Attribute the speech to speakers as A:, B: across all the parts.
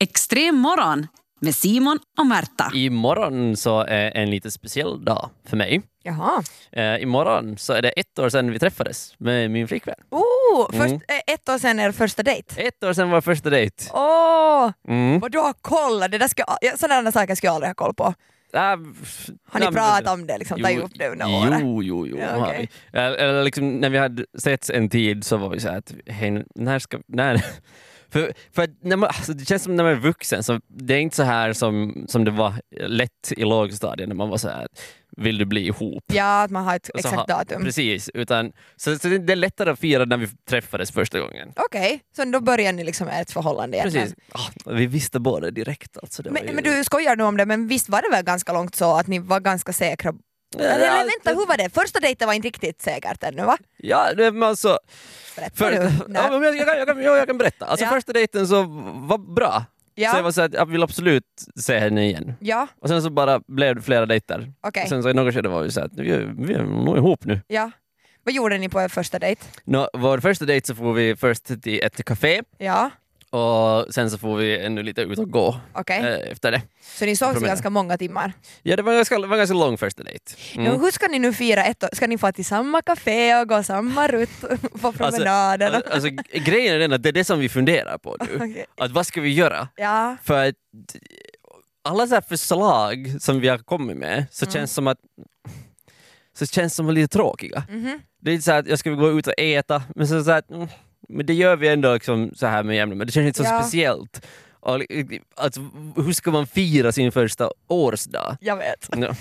A: Extrem morgon med Simon och Märta.
B: Imorgon så är en lite speciell dag för mig.
C: Jaha.
B: Eh, imorgon så är det ett år sedan vi träffades med min flickvän.
C: Oh,
B: Mm.
C: först, eh, Ett år sedan er första dejt.
B: Ett år sedan vår första dejt.
C: Åh,
B: Mm.
C: vad du har koll! Det där ska, ja, sådana där saker ska jag aldrig ha koll på.
B: Ah,
C: Har ni pratat om det? Liksom, tagit upp det under året?
B: Jo, jo, jo.
C: Ja,
B: har
C: okej.
B: vi. Eller, eller liksom, när vi hade setts en tid så var vi så här att hej, när ska när? För, för att när man, alltså det känns som när man är vuxen, så det är inte så här som, som det var lätt i lågstadiet när man var så här vill du bli ihop?
C: Ja, att man har ett
B: Och så har-
C: exakt datum.
B: Precis, utan, så, så det det är lättare att fira när vi träffades första gången.
C: Okej, så då börjar ni liksom ert förhållande
B: Precis.
C: egentligen.
B: Ah, vi visste båda direkt alltså. Det var ju...
C: Men, men du skojar nu om det, men visst var det väl ganska långt så att ni var ganska säkra? Eller, eller vänta, hur var det? Första dejten var inte riktigt säkert ännu va?
B: Ja, det, men alltså,
C: Berätta
B: för,
C: nu.
B: ja,
C: Nej.
B: men jag, jag, kan- jag, kan, jag, jag kan berätta. Alltså,
C: Ja.
B: Första dejten så var bra. Så jag
C: Ja,
B: var så att jag vill absolut se henne igen.
C: ja
B: Och sen så bara blev det flera dejter.
C: okej.
B: Sen så i något skede var vi så att vi, vi är nog ihop nu.
C: Ja. Vad gjorde ni på er första dejt?
B: Nå, vår första dejt så får vi först till ett café
C: Ja,
B: och sen så får vi ännu lite ut och gå
C: okej.
B: eh, efter det.
C: Så ni sågs
B: promenad.
C: ganska många timmar?
B: Ja, det var en ganska, det var en ganska lång första dejt. Mm.
C: Ja, hur ska ni nu fira ett år? Ska ni få till samma café och gå samma rutt på promenaden?
B: Alltså, uh. alltså, grejen är den att det är det som vi funderar på nu.
C: Okej.
B: Att vad ska vi göra?
C: Ja,
B: För att alla så här förslag som vi har kommit med
C: Mm.
B: så känns som att så känns som lite tråkiga.
C: mhm.
B: Det är lite så här att jag ska gå ut och äta, men så, så här, att, mm, men det gör vi ändå liksom så här med jämna men det känns inte så
C: Ja.
B: speciellt. Och, li- alltså, hur ska man fira sin första årsdag?
C: jag vet.
B: Nå,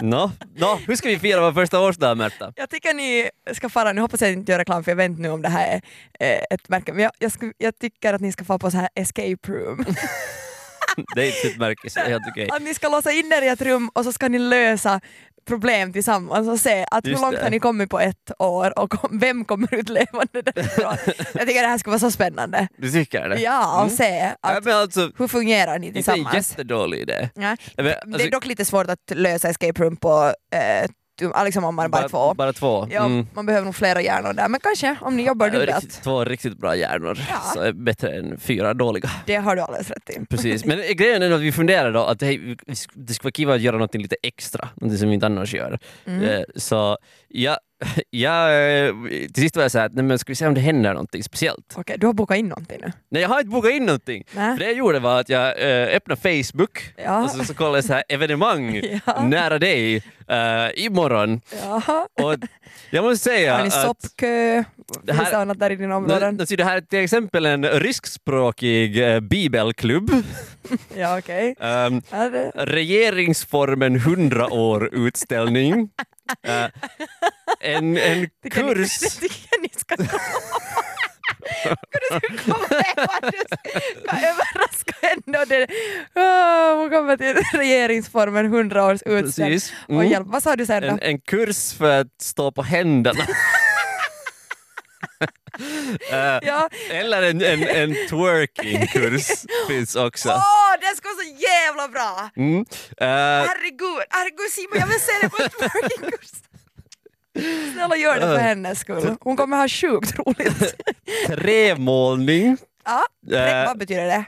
B: nå, nå, hur ska vi fira vår första årsdag Märta?
C: Jag tycker ni ska fara, nu hoppas jag inte gör reklam för jag vet inte nu om det här är eh, ett märke, men jag, jag, sku, jag tycker att ni ska fara på så här escape room.
B: Det är inte ett märke, så det är helt okej.
C: Att ni ska låsa in er i ett rum och så ska ni lösa problem tillsammans och se att hur
B: Just
C: långt
B: det.
C: har ni kommit på ett år och kom, vem kommer ut levande därifrån. Jag tycker det här ska vara så spännande.
B: Du tycker det?
C: Ja, och
B: Mm.
C: se
B: Ja,
C: att,
B: men alltså,
C: hur fungerar
B: det
C: ni
B: är en
C: tillsammans.
B: jättedålig idé.
C: Ja.
B: Jag vet,
C: det
B: alltså,
C: är dock lite svårt att lösa escape room på eh, tu- liksom om man bara, bara två.
B: Bara två.
C: Ja,
B: Mm.
C: Man behöver nog flera hjärnor där, men kanske om ni jobbar
B: Riktigt,
C: dubbelt.
B: två riktigt bra hjärnor,
C: Ja.
B: så är bättre än fyra dåliga.
C: Det har du alldeles rätt i.
B: Precis, men grejen är att vi funderar då att hej, vi sk- det skulle vara kiva att göra något lite extra, något som vi inte annars gör.
C: Mm.
B: Eh, Så jag, jag, eh, till sist var jag såhär, nej men ska vi se om det händer någonting speciellt?
C: Okej, du har bokat in någonting nu?
B: Nej jag har inte bokat in någonting! För
C: Nej.
B: det alltså, jag gjorde var att jag eh, öppnade Facebook
C: Ja.
B: och så, så kollade jag så här evenemang
C: Ja.
B: nära dig eh, imorgon.
C: Jaha.
B: Och jag måste säga
C: har ni
B: att
C: soppkö?
B: Det
C: Det
B: här-
C: Finns det annat där i dina
B: Nå-
C: områden?
B: nå, så det här är till exempel en ryskspråkig eh, bibelklubb.
C: Ja, okej.
B: Ehm,
C: Ja, det-
B: regeringsformen 100 år utställning. Eh, en, en
C: det kan ni-
B: kurs.
C: Det tycker jag ni ska komma Du ska komma ihåg att du ska överraska henne. och det- Åh, Hon kommer till regeringsformen 100 års utställning.
B: Precis.
C: Och
B: Mm.
C: hjälp, vad sa du sen då?
B: En, en kurs för att stå på händerna. Eh,
C: Ja.
B: Eller en, en, en twerking-kurs finns också.
C: Åh, det ska vara så jävla bra!
B: Mm. Eh,
C: Herregud, herregud Simon, jag vill se det på ett workingkurs! Snälla gör det
B: Äh.
C: för hennes skull. Hon kommer ha sjukt roligt.
B: trämålning.
C: Ja, trä-
B: Eh.
C: vad betyder det?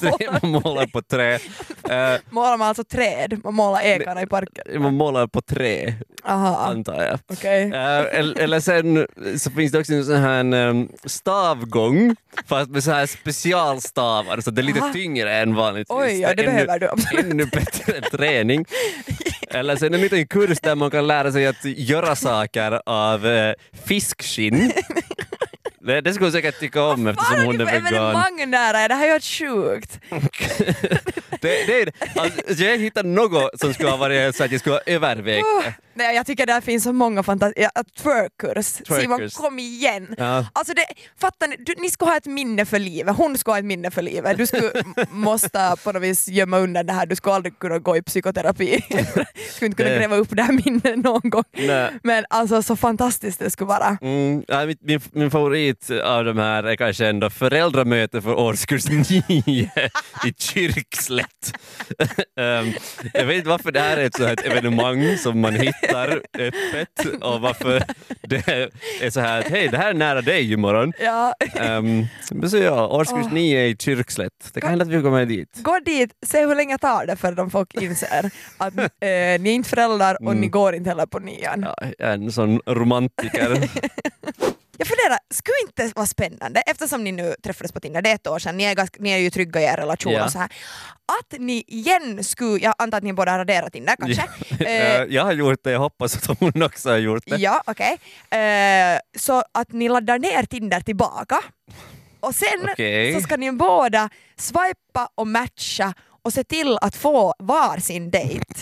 B: Trä- Man målar på trä. Eh,
C: Målar man alltså träd? Man målar ekarna i parken?
B: man målar på trä,
C: Aha,
B: antar jag.
C: okej.
B: Eh, el- eller sen så finns det också en sån här em, stavgång fast med så här specialstavar så det är lite
C: Aha.
B: tyngre än vanligt.
C: Ah. Oj, ja, det behöver du absolut.
B: Ännu bättre träning. Eller sen en liten kurs där man kan lära sig att göra saker av eh, fiskskinn. Det, det skulle hon säkert tycka om eftersom hon är vegan.
C: evenemang nära er? Det här är ju helt sjukt.
B: Det, det är, det. alltså, jag hittade något som skulle ha varit så att jag skulle ha övervägt.
C: Oh, nej, jag tycker det här finns så måga fantastiska... Ja, twerkers. Simon,
B: Twerkers.
C: kom igen!
B: Ja.
C: Alltså det, fattar ni, du, ni skulle ha ett minne för livet, hon skulle ha ett minne för livet. Du skulle m- måste på något vis gömma undan det här, du skulle aldrig kunna gå i psykoterapi. du skulle inte kunna
B: Det-
C: gräva upp det här minnet någon gång.
B: Nej.
C: Men alltså så fantastiskt det skulle vara.
B: Mm, ja, min, min, min favorit av de här är kanske ändå föräldramöte för årskurs 9 i Kyrkslätt. Ehm, jag vet inte varför det här är ett sånt här evenemang som man hittar skrattar öppet och varför det är så här att hej, det här är nära dig imorgon.
C: Ja.
B: Um, men så ja, årskurs
C: Åh.
B: nio i Kyrkslätt. Det kan hända att vi kommer dit.
C: Gå dit, se hur länge tar det för de folk inser att eh, ni är inte föräldrar och ni
B: Mm.
C: går inte heller på nian.
B: Ja, jag är en sån romantiker.
C: Jag funderar, skulle inte vara spännande, eftersom ni nu träffades på Tinder, det är ett år sedan, ni är, ganska, ni är ju trygga i er relation
B: Ja.
C: och så här. Att ni igen skulle, jag antar att ni båda har raderat Tinder kanske? Ja,
B: Eh, jag har gjort det, jag hoppas att hon också har gjort det.
C: ja okej. Eh, så att ni laddar ner Tinder tillbaka och sen
B: Okej.
C: så ska ni båda swipa och matcha och se till att få varsin dejt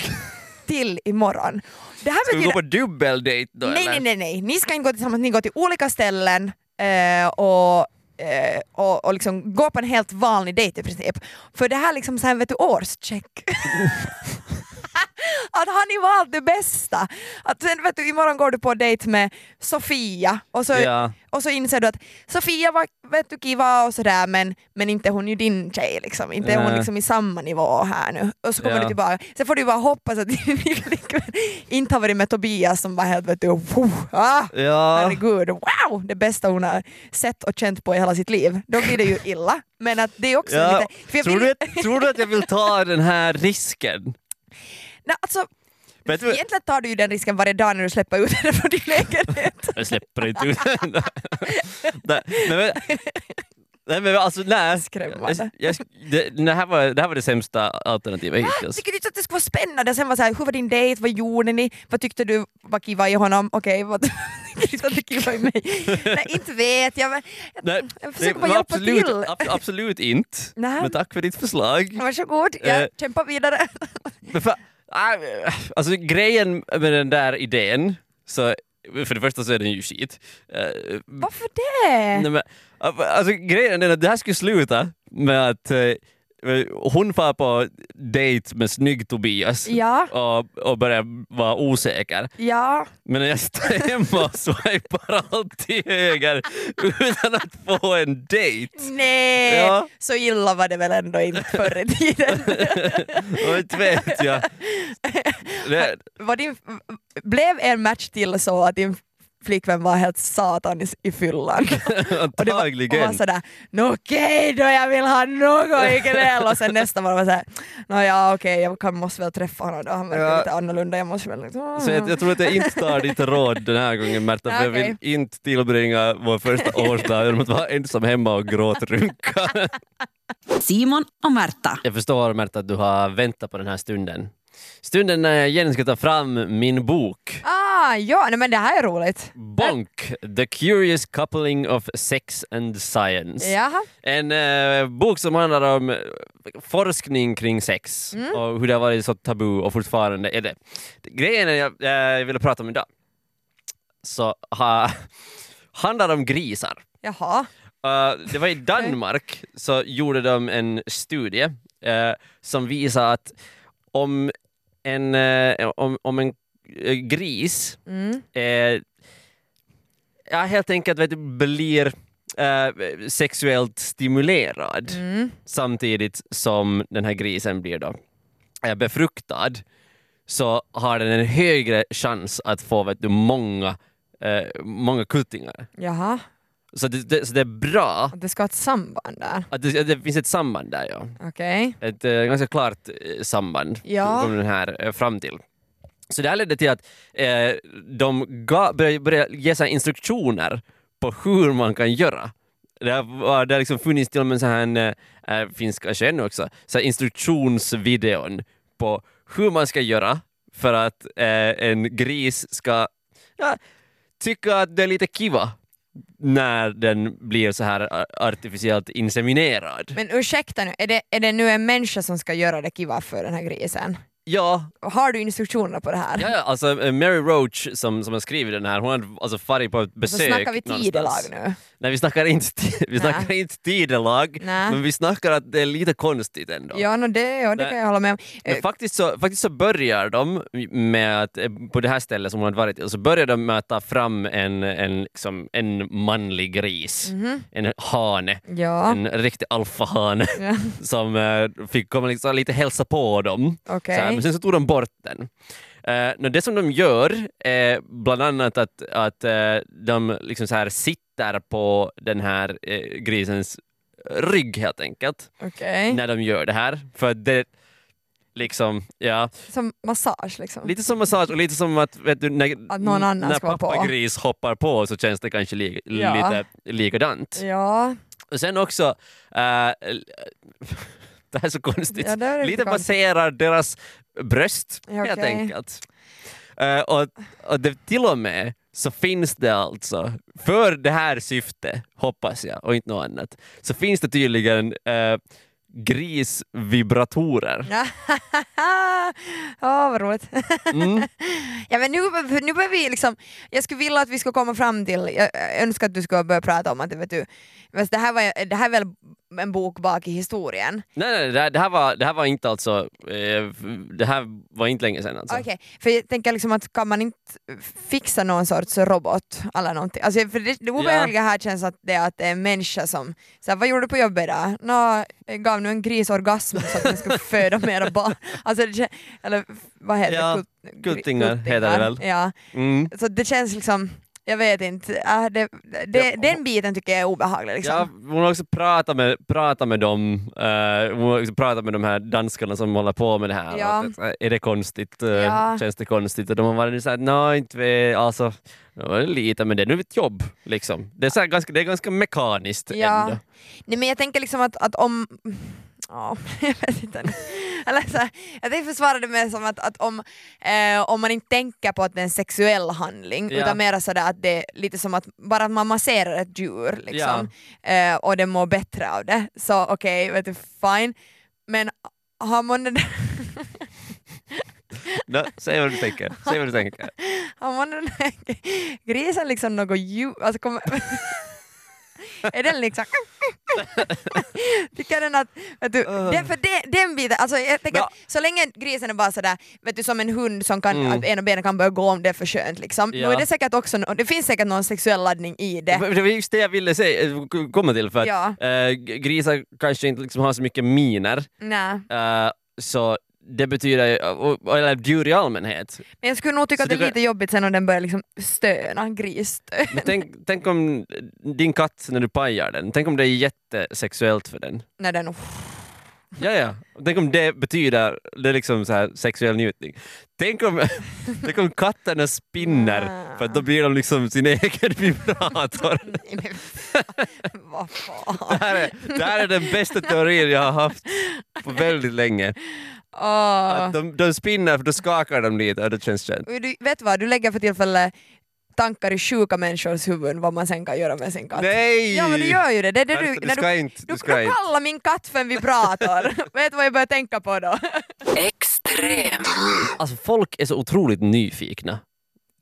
C: till imorgon. Det här
B: Ska vi
C: betyder-
B: gå på dubbeldejt då
C: Nej,
B: eller?
C: nej, nej, nej. Ni ska inte gå tillsammans, ni går till olika ställen eh, och, eh, och, och liksom gå på en helt vanlig dejt i princip. För det här liksom så här, vet du, årscheck. att har ni valt det bästa? Att sen vet du, imorgon går du på dejt med Sofia och så,
B: Ja.
C: och så inser du att Sofia var vet du, kiva och sådär men, men inte hon är ju din tjej liksom. Inte är hon
B: Nej.
C: liksom i samma nivå här nu. Och så kommer
B: Ja.
C: du tillbaka. Sen får du ju bara hoppas att din flickvän inte har varit med Tobias som bara helt vet du, "Wow, ah,
B: Ja.
C: herregud, wow, det bästa hon har sett och känt på i hela sitt liv. Då blir det ju illa. Men att det är också
B: Ja.
C: lite... för jag
B: Tror,
C: vill-
B: du att, tror du att jag vill ta den här risken?
C: Nej, alltså,
B: Vet du,
C: egentligen tar du ju den risken varje dag när du släpper ut henne från din lägenhet.
B: jag släpper inte ut den. nej, men, nej, men alltså nej.
C: Skrämmande.
B: Jag, jag, det, det, här var, det här var det sämsta alternativet hittills.
C: Tycker du inte att det skulle vara spännande? Och Sen var så här, hur var din dejt? Vad gjorde ni? Vad tyckte du var kiva i honom? Okej, vad tycker du inte att det kiva i mig? Nej, inte vet jag. Men jag,
B: Nej,
C: jag försöker
B: det
C: bara
B: var
C: hjälpa
B: absolut,
C: till.
B: ab- absolut inte.
C: Nej.
B: Men tack för ditt förslag.
C: Varsågod, jag
B: Eh.
C: kämpar vidare.
B: Men fa- ah, alltså grejen med den där idén, så för det första så är den ju skit. Eh,
C: Varför det?
B: Nej, men, alltså, grejen är att det här skulle sluta med att eh, hon far på dejt med snygg Tobias
C: Ja.
B: och, och börjar vara osäker.
C: Ja.
B: Men när jag står hemma och swipar alltid höger utan att få en dejt.
C: Nej,
B: Ja.
C: så illa var det väl ändå inte förr i tiden.
B: Och inte vet jag. Det,
C: Var din, blev er match till så att din flickvän var helt satan i, i fyllan? Och det var, och var
B: antagligen.
C: sådär, nå okej då jag vill ha något ikväll och sen nästa morgon var såhär, nåja okej jag kan, måste väl träffa honom då, han verkar
B: Ja.
C: lite annorlunda, jag måste väl liksom...
B: Så jag, jag tror att jag inte tar ditt råd den här gången Märta, för jag
C: Okej.
B: vill inte tillbringa vår första årsdag genom att vara ensam hemma och gråtrunka.
A: Simon och Märta.
B: Jag förstår Märta att du har väntat på den här stunden. Stunden när jag igen ska ta fram min bok
C: Ah ja, nej, men det här är roligt.
B: Bonk, The Curious Coupling of Sex and Science.
C: Jaha.
B: En eh, bok som handlar om eh, forskning kring sex och hur det har varit så tabu och fortfarande är det. Grejen är jag, eh, jag ville prata om idag så ha, handlar om grisar.
C: Jaha.
B: Eh, det var i Danmark så gjorde de en studie eh, som visar att om en, eh, om, om en eh, gris
C: Mm.
B: eh, ja, helt enkelt vet, du, blir eh, sexuellt stimulerad
C: Mm.
B: samtidigt som den här grisen blir då, eh, befruktad så har den en högre chans att få vet, du, många, eh, många kultingar.
C: Jaha,
B: Så det, det, så det är bra
C: Och det ska ha ett samband där.
B: att det, att det finns ett samband där, ja.
C: Okej.
B: Ett eh, ganska klart eh, samband
C: Ja.
B: kom den här eh, fram till. Så det här ledde till att eh, de ga, började, började ge sig instruktioner på hur man kan göra. Det har var- det har liksom funnits till och med så här en, eh, finns kanske ännu också, så här instruktionsvideon på hur man ska göra för att eh, en gris ska ja, tycka att det är lite kiva när den blir så här eh, artificiellt inseminerad.
C: Men ursäkta nu, är det, är det nu en människa som ska göra det kiva för den här grisen?
B: Ja,
C: Har du instruktioner på det här?
B: Ja, ja, alltså eh, Mary Roach som, som har skrivit den här, hon hade alltså farit på ett
C: Så
B: besök
C: snackar vi tidelag
B: någonstans.
C: nu.
B: Nej, vi snackar inte, ti- vi snackar inte tidelag,
C: Nej.
B: men vi snackar att det är lite konstigt ändå.
C: Ja, no, det, ja, det
B: Nej.
C: kan jag hålla med om. Eh,
B: Men faktiskt så, faktiskt så börjar de med att, eh, på det här stället som hon hade varit till, så börjar de med att ta fram en, en, liksom, en manlig gris, en hane,
C: Mhm. Ja,
B: en riktig alfahane
C: Ja.
B: som eh, fick komma liksom, lite hälsa på dem. Så
C: okej.
B: här, men sen så tog de bort den. Eh, nå, det som de gör är bland annat att, att eh, de liksom så här sitter på den här eh, grisens rygg helt enkelt
C: Okej.
B: när de gör det här. För det liksom, ja,
C: Som massage liksom.
B: lite som massage och lite som att, vet du, när,
C: Att någon annan
B: när
C: ska vara på.
B: pappa gris hoppar på så känns det kanske li,
C: Ja.
B: lite likadant.
C: Ja,
B: Och sen också, eh, l- det här är så konstigt,
C: Ja, det är
B: lite
C: lite konstigt.
B: baserar deras bröst
C: Ja,
B: helt
C: okej.
B: enkelt. Eh, och och det, till och med så finns det alltså, för det här syftet hoppas jag och inte något annat, så finns det tydligen eh, grisvibratorer.
C: ja vad roligt.
B: Mm.
C: Ja, men nu, nu börjar vi liksom, jag skulle vilja att vi skulle komma fram till, jag jag önskar att du skulle börja prata om att vet du, fast det, här var, det här är väl en bok bak i historien.
B: Nej, nej, det här, det här, var, det här var inte alltså, eh, det här var inte länge sedan alltså.
C: Okej, för jag tänker liksom att kan man inte fixa någon sorts robot eller någonting? Alltså, för det, det obehagliga här känns att det är att det är en människa som, så här, vad gjorde du på jobbet idag? Nå, jag gav nu en gris orgasm så att den skulle föda mera barn. Alltså, det, kän- eller vad heter
B: Ja,
C: det? Kult-
B: kultingar heter det väl?
C: Ja.
B: Mm.
C: Så det känns liksom, jag vet inte, Äh, det, det,
B: Ja.
C: den biten tycker jag är obehaglig. Liksom.
B: Ja, hon har också pratat med, pratat med dem, eh, hon har också pratat med de här danskarna som håller på med det här.
C: Ja.
B: Och att, eh, är det konstigt? eh,
C: Ja.
B: Känns det konstigt? Och de har varit såhär, nej inte vi, alltså, det var lite, men det är nu ett jobb liksom. Det är, så här, ganska, det är ganska mekaniskt
C: Ja.
B: ändå.
C: Nej, men jag tänker liksom att, att om... Ja, jag vet inte. Eller så här, jag tänkte försvara det med som att, att om, eh, om man inte tänker på att det är en sexuell handling
B: Ja.
C: utan mer sådär att det är lite som att bara att man masserar ett djur liksom, eh, och det mår bättre av det så okej, vet du, fine. Men har man den
B: Nå,
C: där,
B: säg vad du tänker. Säg vad du tänker.
C: har man den där grisen liksom något djur? Alltså, kommer, är den liksom... Tycker den att, vet du,
B: Ugh.
C: den, för den, den biten, alltså jag tänker
B: Ja.
C: att så länge grisen är bara sådär, vet du som en hund som kan,
B: Mm.
C: att ena benen kan börja gå om det är för skönt liksom.
B: Ja.
C: Nu är det säkert också, nå- det finns säkert någon sexuell laddning i det.
B: Det var just det jag ville säga, eh, komma till, för att
C: Ja,
B: eh, g- grisar kanske inte liksom har så mycket miner,
C: nej.
B: eh, så det betyder, ju- och- och- eller djur i allmänhet,
C: Men jag skulle nog
B: Så
C: tycka att det
B: du
C: är
B: kan-
C: lite jobbigt sen om den börjar liksom stöna, grisstön.
B: Men tänk, tänk om din katt, när du pajar den, tänk om det är jättesexuellt för den.
C: När den,
B: Ja, ja. Tänk om det betyder, det är liksom så här sexuell njutning. Tänk om, tänk om katterna
C: Ah.
B: spinner, för att då blir de liksom sin egen vibrator.
C: Nej, men vad
B: Det
C: fan.
B: här, är, det här är den bästa teorin jag har haft på väldigt länge.
C: Åh.
B: Att de, de spinner för då skakar de lite och det känns skönt.
C: Och Du, vet vad, du lägger för tillfället tankar i sjuka människors huvuden vad man sen kan göra med sin katt.
B: Nej!
C: Ja men du gör ju det, det är det
B: Nej,
C: du,
B: du
C: när
B: ska inte.
C: Du,
B: Du
C: du
B: ska inte.
C: kallar min katt för en vibrator. Vet du vad jag börjar tänka på då?
A: Extrem.
B: Alltså folk är så otroligt nyfikna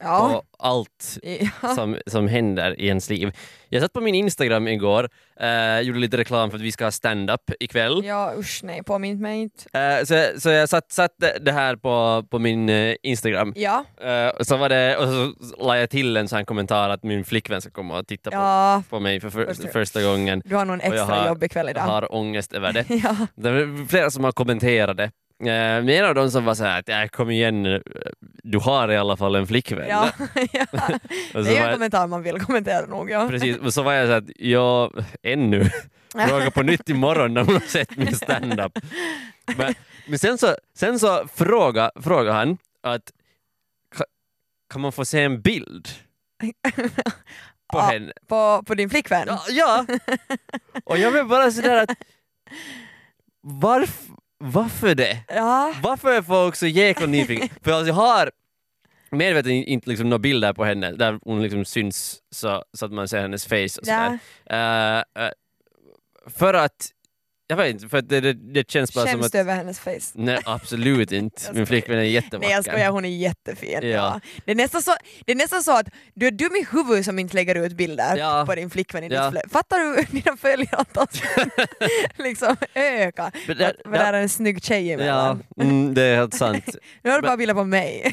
C: Ja.
B: på allt
C: ja.
B: som, som händer i ens liv. Jag satt på min Instagram igår, eh, gjorde lite reklam för att vi ska ha stand-up ikväll.
C: ja usch nej, påminn mig inte.
B: Eh, så, jag- så jag satt, satt det- det här på, på min eh, Instagram.
C: Ja,
B: Eh, och så var det, och så la jag till en sån här kommentar att min flickvän ska komma och titta
C: ja.
B: på, på mig för, för
C: Först-
B: första gången.
C: Du har nog en
B: Och jag
C: extra
B: har-
C: jobb ikväll
B: Jag
C: idag.
B: har ångest över det.
C: Ja.
B: Det är flera som har kommenterat det. Eh, men en av dem som var så här att äh, kom igen, eh, du har i alla fall en flickvän.
C: Ja. ja.
B: Och så
C: Det är
B: var
C: ju en
B: jag-
C: kommentar man vill kommentera nog. Ja.
B: Precis, och så var jag så att jag ännu frågar på nytt imorgon när hon har sett min standup. Men, men sen så, sen så frågar fråga han att "Ka- kan man få se en bild på
C: Ja.
B: henne?
C: På, på din flickvän?
B: Ja, ja! Och jag blev bara sådär att varf, varför det?
C: Ja.
B: Varför är folk så jäkla nyfikna? För alltså jag har medvetet inte liksom några bilder på henne där hon liksom syns så, så att man ser hennes face och sådär.
C: ja.
B: Eh, eh, för att, jag vet inte, för att det, det, det känns bara som
C: Skäms
B: att...
C: du över hennes face?
B: Nej, absolut inte.
C: Jag
B: Min
C: skojar.
B: flickvän är jättevacker.
C: Nej jag skojar, hon är jättefin. Ja.
B: Ja.
C: Det, är nästan så, det är nästan så att du är dum i huvudet som inte lägger ut bilder
B: Ja.
C: på din flickvän i ditt
B: Ja.
C: flöde. Fattar du hur dina följare liksom öka?
B: Men
C: Det
B: det-
C: där är en snygg tjej
B: Ja,
C: emellan.
B: mm, det är helt sant.
C: Nu har du bara bilder på mig.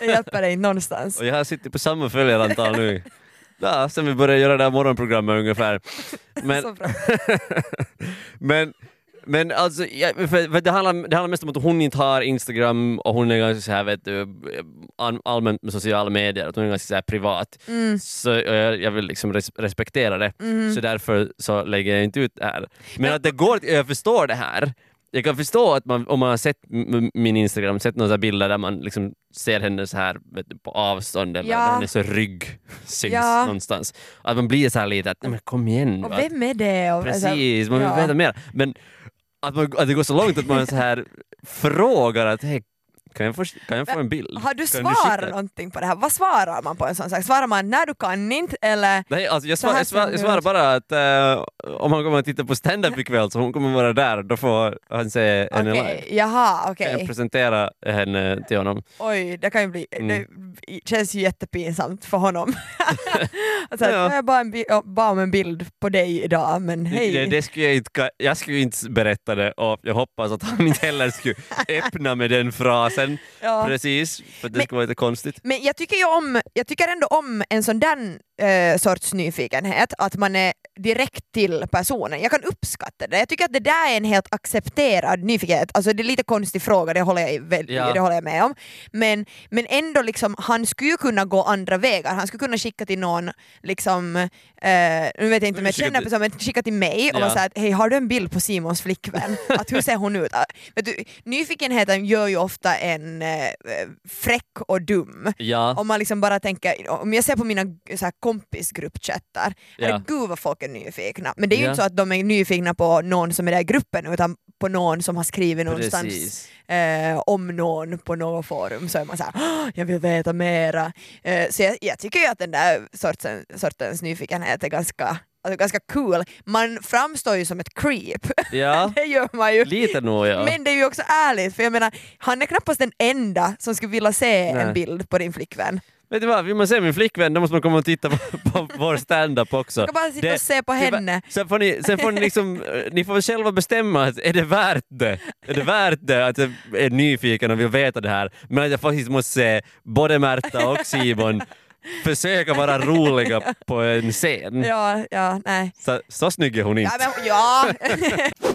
C: Det hjälper dig någonstans.
B: Och jag har suttit på samma följarantal nu. Ja, sen vi började göra det här morgonprogrammet ungefär. Men,
C: Så bra.
B: men Men alltså, ja, för, för det, handlar, det handlar mest om att hon inte har Instagram och hon är ganska så här, vet du, an- allmänt med sociala medier, att hon är ganska så här privat.
C: Mm.
B: Så och jag, jag vill liksom res- respektera det,
C: Mhm.
B: så därför så lägger jag inte ut det här. Men att det går, jag förstår det här. Jag kan förstå att man, om man har sett m- m- min Instagram, sett några så här bilder där man liksom ser henne så här vet du, på avstånd eller
C: Ja.
B: där hennes rygg syns
C: Ja.
B: någonstans. Att man blir så här lite att, "Nej, men kom igen nu.
C: Och
B: att-
C: vem är det? Och, alltså,
B: Precis, man vill
C: ja.
B: veta mer. Men att, man, att det går så långt att man så här frågar att hej, kan jag få, kan jag få en bild?
C: har du
B: Kan skicka
C: svar
B: det?"
C: någonting på det här? Vad svarar man på en sån sak? Svarar man när du kan inte eller
B: Nej, alltså jag,
C: Så här
B: svar, jag, svar,
C: ser
B: jag
C: det
B: svarar
C: ut.
B: bara att eh, om han kommer att titta på stand-up ikväll så hon kommer vara där, då får han se henne
C: okej,
B: live.
C: jaha
B: Kan
C: okej.
B: jag presentera henne till honom?
C: Oj, det kan ju bli,
B: Mm.
C: det känns ju jättepinsamt för honom. alltså,
B: Ja.
C: ja. Jag bara, en bi- jag bad om en bild på dig idag men hej.
B: Det, det skulle jag, inte, ka- jag skulle inte berätta det och jag hoppas att han inte heller skulle öppna med den frasen.
C: Ja.
B: Precis, för det
C: Men-
B: skulle vara lite konstigt.
C: Men jag tycker ju om, jag tycker ändå om en sån där eh, sorts nyfikenhet, att man är direkt till personen. Jag kan uppskatta det. Jag tycker att det där är en helt accepterad nyfikenhet. Alltså det är lite konstig fråga, det håller jag, i väl,
B: Ja.
C: det håller jag med om. Men, men ändå, liksom, han skulle ju kunna gå andra vägar. Han skulle kunna skicka till någon, liksom, eh, nu vet jag inte om jag
B: Skicka
C: känner
B: till-
C: personen, men skicka till mig och
B: Ja.
C: vara såhär att hej har du en bild på Simons flickvän? Att hur ser hon ut? Ah, Vet du, nyfikenheten gör ju ofta en eh, fräck och dum.
B: Ja,
C: Om man liksom bara tänker, om jag ser på mina så här, kompisgruppchattar,
B: Ja.
C: herregud vad folk är nyfikna. Men det är ju
B: Ja.
C: inte så att de är nyfikna på någon som är där i gruppen utan på någon som har skrivit någonstans
B: precis.
C: eh, om någon på något forum så är man såhär "Åh, jag vill veta mera. Eh, så jag, jag tycker ju att den där sorten, sortens nyfikenhet är ganska, alltså, ganska cool. Man framstår ju som ett creep,
B: Ja,
C: det gör man ju.
B: lite nog ja.
C: Men det är ju också ärligt, för jag menar, han är knappast den enda som skulle vilja se
B: Nej.
C: en bild på din flickvän.
B: Vet du vad, vill man se min flickvän då måste man komma och titta på, på vår stand-up också.
C: Jag kan bara sitta
B: Det-
C: och se på henne.
B: Sen får ni, sen får ni liksom, eh, ni får själva bestämma, att är det värt det? Är det värt det att jag är nyfiken och vill veta det här? Men att jag faktiskt måste se både Märta och Simon försöka vara roliga på en scen.
C: Ja, ja, nej.
B: Så, så snygg är hon
C: Ja,
B: Mm. inte.
C: men, ja.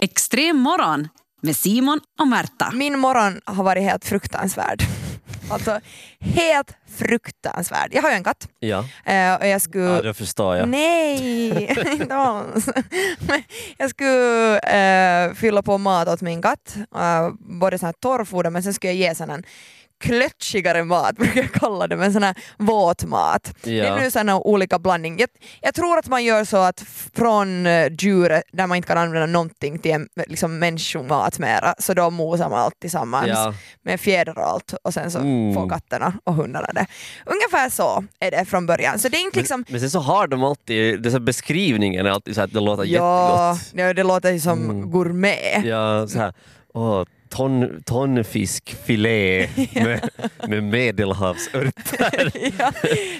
A: Extrem morgon med Simon och Märta.
C: Min morgon har varit helt fruktansvärd. Alltså helt fruktansvärd. Jag har ju en katt
B: Ja,
C: eh, och jag skulle...
B: ja det förstår jag.
C: Nej, inte alls. Jag skulle eh, fylla på mat åt min katt, eh, både sån här torrfoder men sen skulle jag ge sån här klötchigare mat, brukar jag kalla det, men sån här våtmat. Det är
B: Ja.
C: nu sådana olika blandning. Jag, jag tror att man gör så att f- från eh, djur där man inte kan använda någonting till en, liksom människomat mera, så då mosar man allt tillsammans
B: Ja.
C: med fjäder och allt och sen så
B: Mm.
C: får katterna och hundarna det. Ungefär så är det från början. Så det är inte liksom
B: Men sen så har de alltid, dessa beskrivningen är alltid så att det låter
C: Ja,
B: jättegott.
C: det, det låter ju som
B: Mm.
C: gourmet.
B: Ja, så här. Åh, ton, tonfiskfilé med, med medelhavsörter.
C: ja.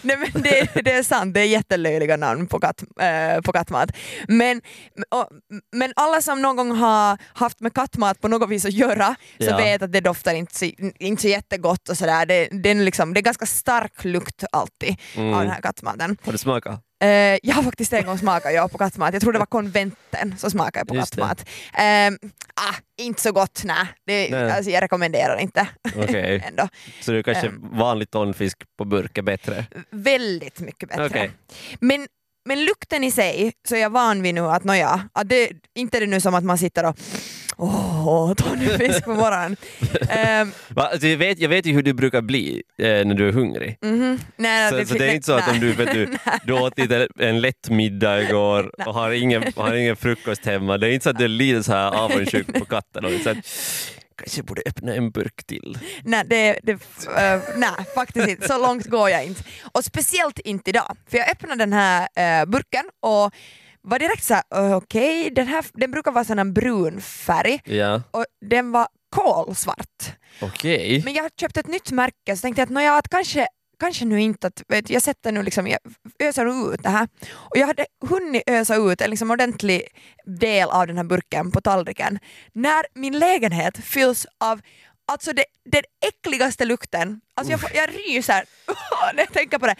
C: Nej, men det, det är sant, det är jättelöjliga namn på, katt, eh, på kattmat. Men, och, men alla som någon gång har haft med kattmat på något vis att göra så
B: Ja.
C: vet att det doftar inte så, inte så jättegott och sådär. Det, det, är liksom, det är ganska stark lukt alltid
B: Mm.
C: av den här kattmaten.
B: Har du smakat?
C: Eh, jag har faktiskt en gång smakat jag på kattmat. Jag tror det var konventen som smakade på
B: Just det.
C: kattmat. Ehm, ah, inte så gott, nä. Det,
B: Nej.
C: Alltså, jag rekommenderar inte
B: Okej,
C: ändå.
B: så det är kanske
C: Ehm.
B: vanlig tonfisk på burk är bättre?
C: Väldigt mycket bättre.
B: Okej.
C: Men, men lukten i sig så är jag van vid nu att nåja, att det, inte är det nu som att man sitter och åh, tar nu fisk på morgonen. Ehm,
B: Va? Alltså, jag, vet, jag vet ju hur du brukar bli eh, när du är hungrig.
C: mhm. nej,
B: Så, så det är inte så att om du, vet du, du åt lite en lätt middag igår och har ingen, har ingen frukost hemma, det är inte så att du är lite så här avundsjuk på katten och så att, kanske borde öppna en burk till.
C: Nej, det, det, eh, nej, faktiskt inte. Så långt går jag inte. Och speciellt inte idag. För jag öppnade den här eh, burken och var direkt såhär, "Öh, okej, den här den brukar vara sån här brun färg
B: Ja,
C: och den var kolsvart.
B: okej.
C: Men jag har köpt ett nytt märke så tänkte jag att, nåja, att kanske, kanske nu inte att, vet, du, jag sätter nu liksom, jag öser ut det här. Och jag hade hunnit ösa ut en liksom ordentlig del av den här burken på tallriken när min lägenhet fylls av Alltså det, den äckligaste lukten, alltså jag, får- jag ryser när jag tänker på det.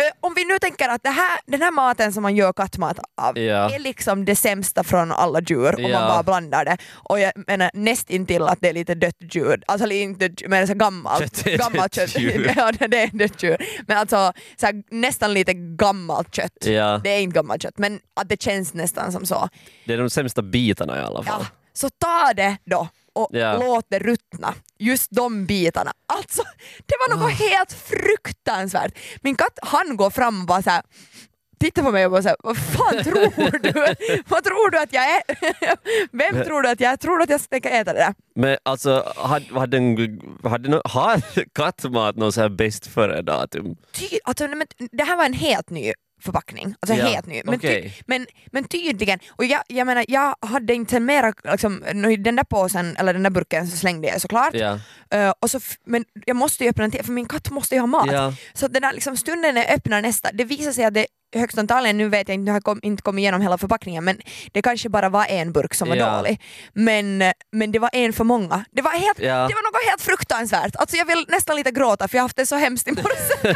C: Eh, om vi nu tänker att det här, den här maten som man gör kattmat av
B: Ja.
C: är liksom det sämsta från alla djur om
B: Ja.
C: man bara blandar det. Och jag menar nästintill att det är lite dött djur, alltså eller inte dött djur, men så gammalt,
B: Kött är
C: gammalt
B: dött
C: kött.
B: djur.
C: ja det är dött djur. Men alltså så här, nästan lite gammalt kött.
B: Ja,
C: Det är inte gammalt kött men att det känns nästan som så.
B: det är de sämsta bitarna i alla fall.
C: Ja, så ta det då och
B: Ja.
C: låt det ruttna. Just de bitarna. Alltså, det var
B: Ah.
C: något helt fruktansvärt. Min katt han går fram och bara så här, tittar på mig och bara så här, vad fan tror du? vad tror du att jag är? Vem tror du att jag är? Tror du att jag tänker äta det där?
B: Men alltså, hade, hade, en, hade, nå- har kattmat någon så här bäst före-datum?
C: Ty, alltså, nej, men, det här var en helt ny förpackning. Alltså
B: Ja,
C: helt ny. Men, ty,
B: okej.
C: men, men tydligen, och jag, jag menar jag hade inte mera, liksom, nu, den där påsen eller den där burken så slängde jag såklart.
B: Ja.
C: Eh, och så f- men jag måste ju öppna den till, för min katt måste ju ha mat.
B: Ja.
C: Så att den där liksom stunden när jag öppnar nästa, det visar sig att det högst antagligen, nu vet jag inte, nu har jag kom, inte kommit igenom hela förpackningen, men det kanske bara var en burk som var
B: Ja.
C: dålig. Men, eh, men det var en för många. Det var, helt,
B: Ja.
C: det var något helt fruktansvärt. Alltså jag vill nästan lite gråta för jag har haft det så hemskt i morse.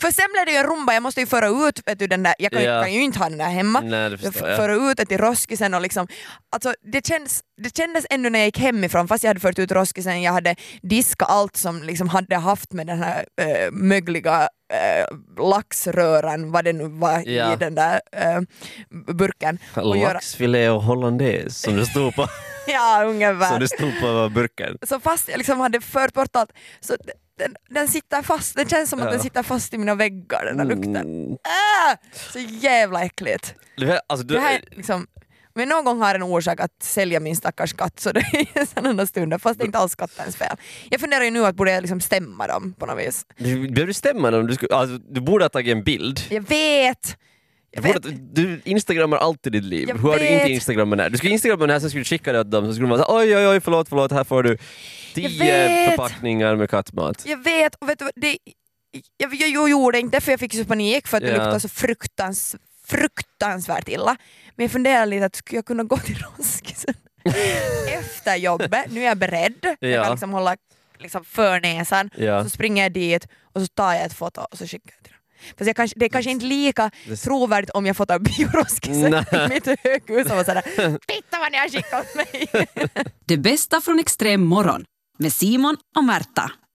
C: för sen blev det ju en rumba, jag måste ju föra ut vet du, den där, jag kan, ju-
B: Ja.
C: kan ju inte ha den där hemma.
B: Nej, det
C: Jag
B: förstår
C: f-
B: jag.
C: förde ut det till roskisen och liksom, alltså det, känns, det kändes ännu när jag gick hemifrån, fast jag hade fört ut roskisen, jag hade diskat allt som liksom hade haft med den här äh, mögliga äh, laxröran, vad det nu var
B: Ja.
C: i den där äh, burken. att göra.
B: Laxfilé och hollandaise som det stod på,
C: Ja,
B: som
C: ungefär.
B: det stod på burken.
C: Så fast jag liksom hade fört bort allt, så d- den, den sitter fast, det känns som att
B: Ja.
C: den sitter fast i mina väggar, den där lukten.
B: Mm.
C: Äh, så jävla äckligt.
B: Det här, alltså, du,
C: Det här är liksom, men någon gång har en orsak att sälja min stackars katt så det är sådana stunder fast det är inte alls kattens fel. Jag funderar ju nu att borde jag liksom stämma dem på något vis.
B: du, behöver du stämma dem? Du, skulle- alltså, du borde ha tagit en bild.
C: Jag vet!
B: Du,
C: Jag
B: borde,
C: vet.
B: ha- du instagrammar alltid ditt liv.
C: Jag
B: Hur har du inte
C: vet.
B: instagrammat den här? Du skulle instagramma den här så skulle du skicka det åt dem, så skulle de vara såhär oj oj oj förlåt förlåt här får du tio
C: vet.
B: förpackningar med kattmat.
C: Jag vet och vet du vad, det, jag, jag, jag gjorde inte för jag fick så panik för att det
B: Ja.
C: luktade så fruktans, fruktansvärt illa. Men jag funderar lite att skulle jag kunna gå till roskisen efter jobbet, nu är jag beredd. Jag
B: Ja.
C: kan liksom hålla liksom för näsan
B: Ja.
C: Så springer jag dit och så tar jag ett foto och så skickar jag till dem. Fast jag kanske, det är kanske inte lika
B: Det-
C: trovärdigt om jag fotar bioruskisen
B: Nej.
C: i mitt höghus och var sådär “Titta vad ni har skickat åt mig!”
A: Det bästa från extrem morgon med Simon och Märta.